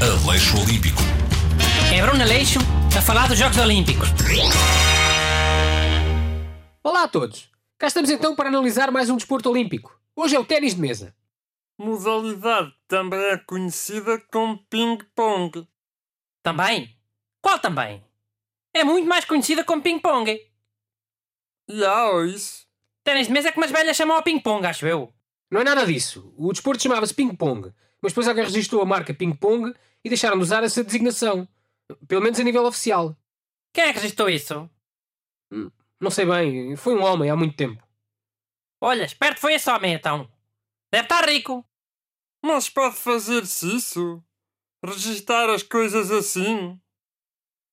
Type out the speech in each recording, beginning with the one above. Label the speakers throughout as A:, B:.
A: Aleixo Olímpico.
B: É Bruno Aleixo a falar dos Jogos Olímpicos.
C: Olá a todos! Cá estamos então para analisar mais um desporto olímpico. Hoje é o ténis de mesa.
D: Modalidade também é conhecida como ping-pong.
B: Também? Qual também? É muito mais conhecida como ping-pong.
D: E há isso.
B: Ténis de mesa é como as velhas chamam ao ping-pong, acho eu.
C: Não é nada disso. O desporto chamava-se ping-pong, mas depois alguém registrou a marca ping-pong e deixaram de usar essa designação. Pelo menos a nível oficial.
B: Quem é que registrou isso?
C: Não sei bem, foi um homem há muito tempo.
B: Olha, esperto foi esse homem então. Deve estar rico.
D: Mas pode fazer-se isso? Registar as coisas assim?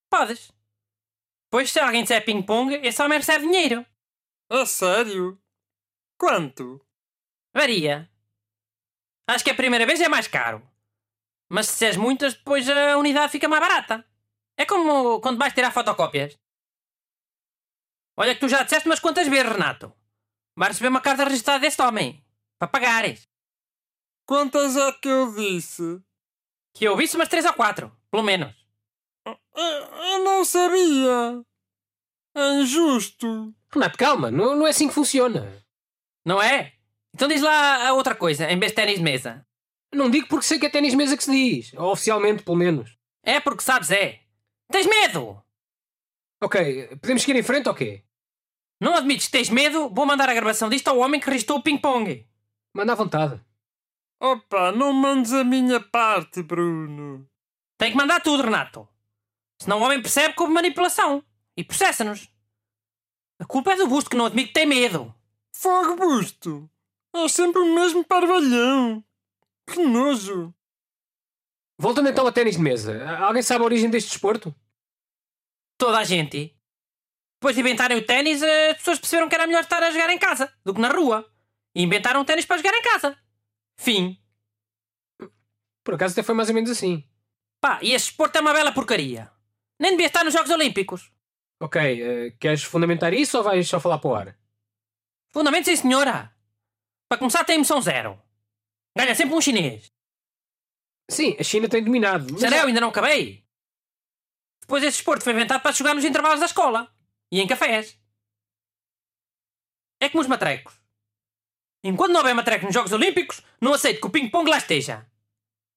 B: Podes. Pois se alguém disser ping-pong, esse homem recebe dinheiro.
D: A sério? Quanto?
B: Varia. Acho que a primeira vez é mais caro. Mas se disseres muitas, depois a unidade fica mais barata. É como quando vais tirar fotocópias. Olha que tu já disseste umas quantas vezes, Renato. Vais receber uma carta registrada deste homem. Para pagares.
D: Quantas é que eu disse?
B: Que eu vi umas três ou quatro, pelo menos.
D: Eu, eu não sabia. É injusto.
C: Renato, calma, não, não é assim que funciona.
B: Não é? Então diz lá a outra coisa, em vez de ténis de mesa.
C: Não digo porque sei que é ténis de mesa que se diz, oficialmente pelo menos.
B: É porque sabes, é. Tens medo!
C: Ok, podemos seguir em frente ou quê?
B: Não admites que tens medo? Vou mandar a gravação disto ao homem que registrou o ping-pong.
C: Manda à vontade.
D: Opa, não mandes a minha parte, Bruno.
B: Tem que mandar tudo, Renato. Senão o homem percebe que houve manipulação. E processa-nos. A culpa é do busto que não admite que tem medo.
D: Fogo busto. É sempre o mesmo parvalhão. Que nojo.
C: Voltando então ao ténis de mesa, alguém sabe a origem deste desporto?
B: Toda a gente. Depois de inventarem o ténis, eh, as pessoas perceberam que era melhor estar a jogar em casa do que na rua. E inventaram o ténis para jogar em casa. Fim.
C: Por acaso até foi mais ou menos assim.
B: Pá, e esse esporte é uma bela porcaria. Nem devia estar nos Jogos Olímpicos.
C: Ok, eh, queres fundamentar isso ou vais só falar para o ar?
B: Fundamento, sim, senhora. Para começar, tem emoção zero. Ganha sempre um chinês.
C: Sim, a China tem dominado. mas-
B: Será eu ainda não acabei? Depois esse esporte foi inventado para jogar nos intervalos da escola e em cafés. É como os matrecos. Enquanto não houver matreco nos Jogos Olímpicos, não aceito que o ping-pong lá esteja.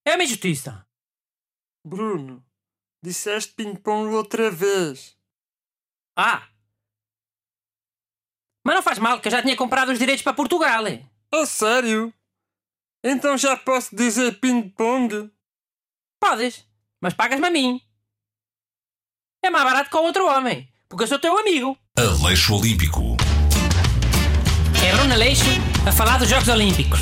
B: É uma injustiça.
D: Bruno, disseste ping-pong outra vez.
B: Ah! Mas não faz mal, que eu já tinha comprado os direitos para Portugal. eh?
D: A sério? Então já posso dizer ping-pong?
B: Podes, mas pagas-me a mim. É mais barato que o outro homem, porque eu sou teu amigo.
A: Aleixo Olímpico.
B: É Bruno Aleixo a falar dos Jogos Olímpicos.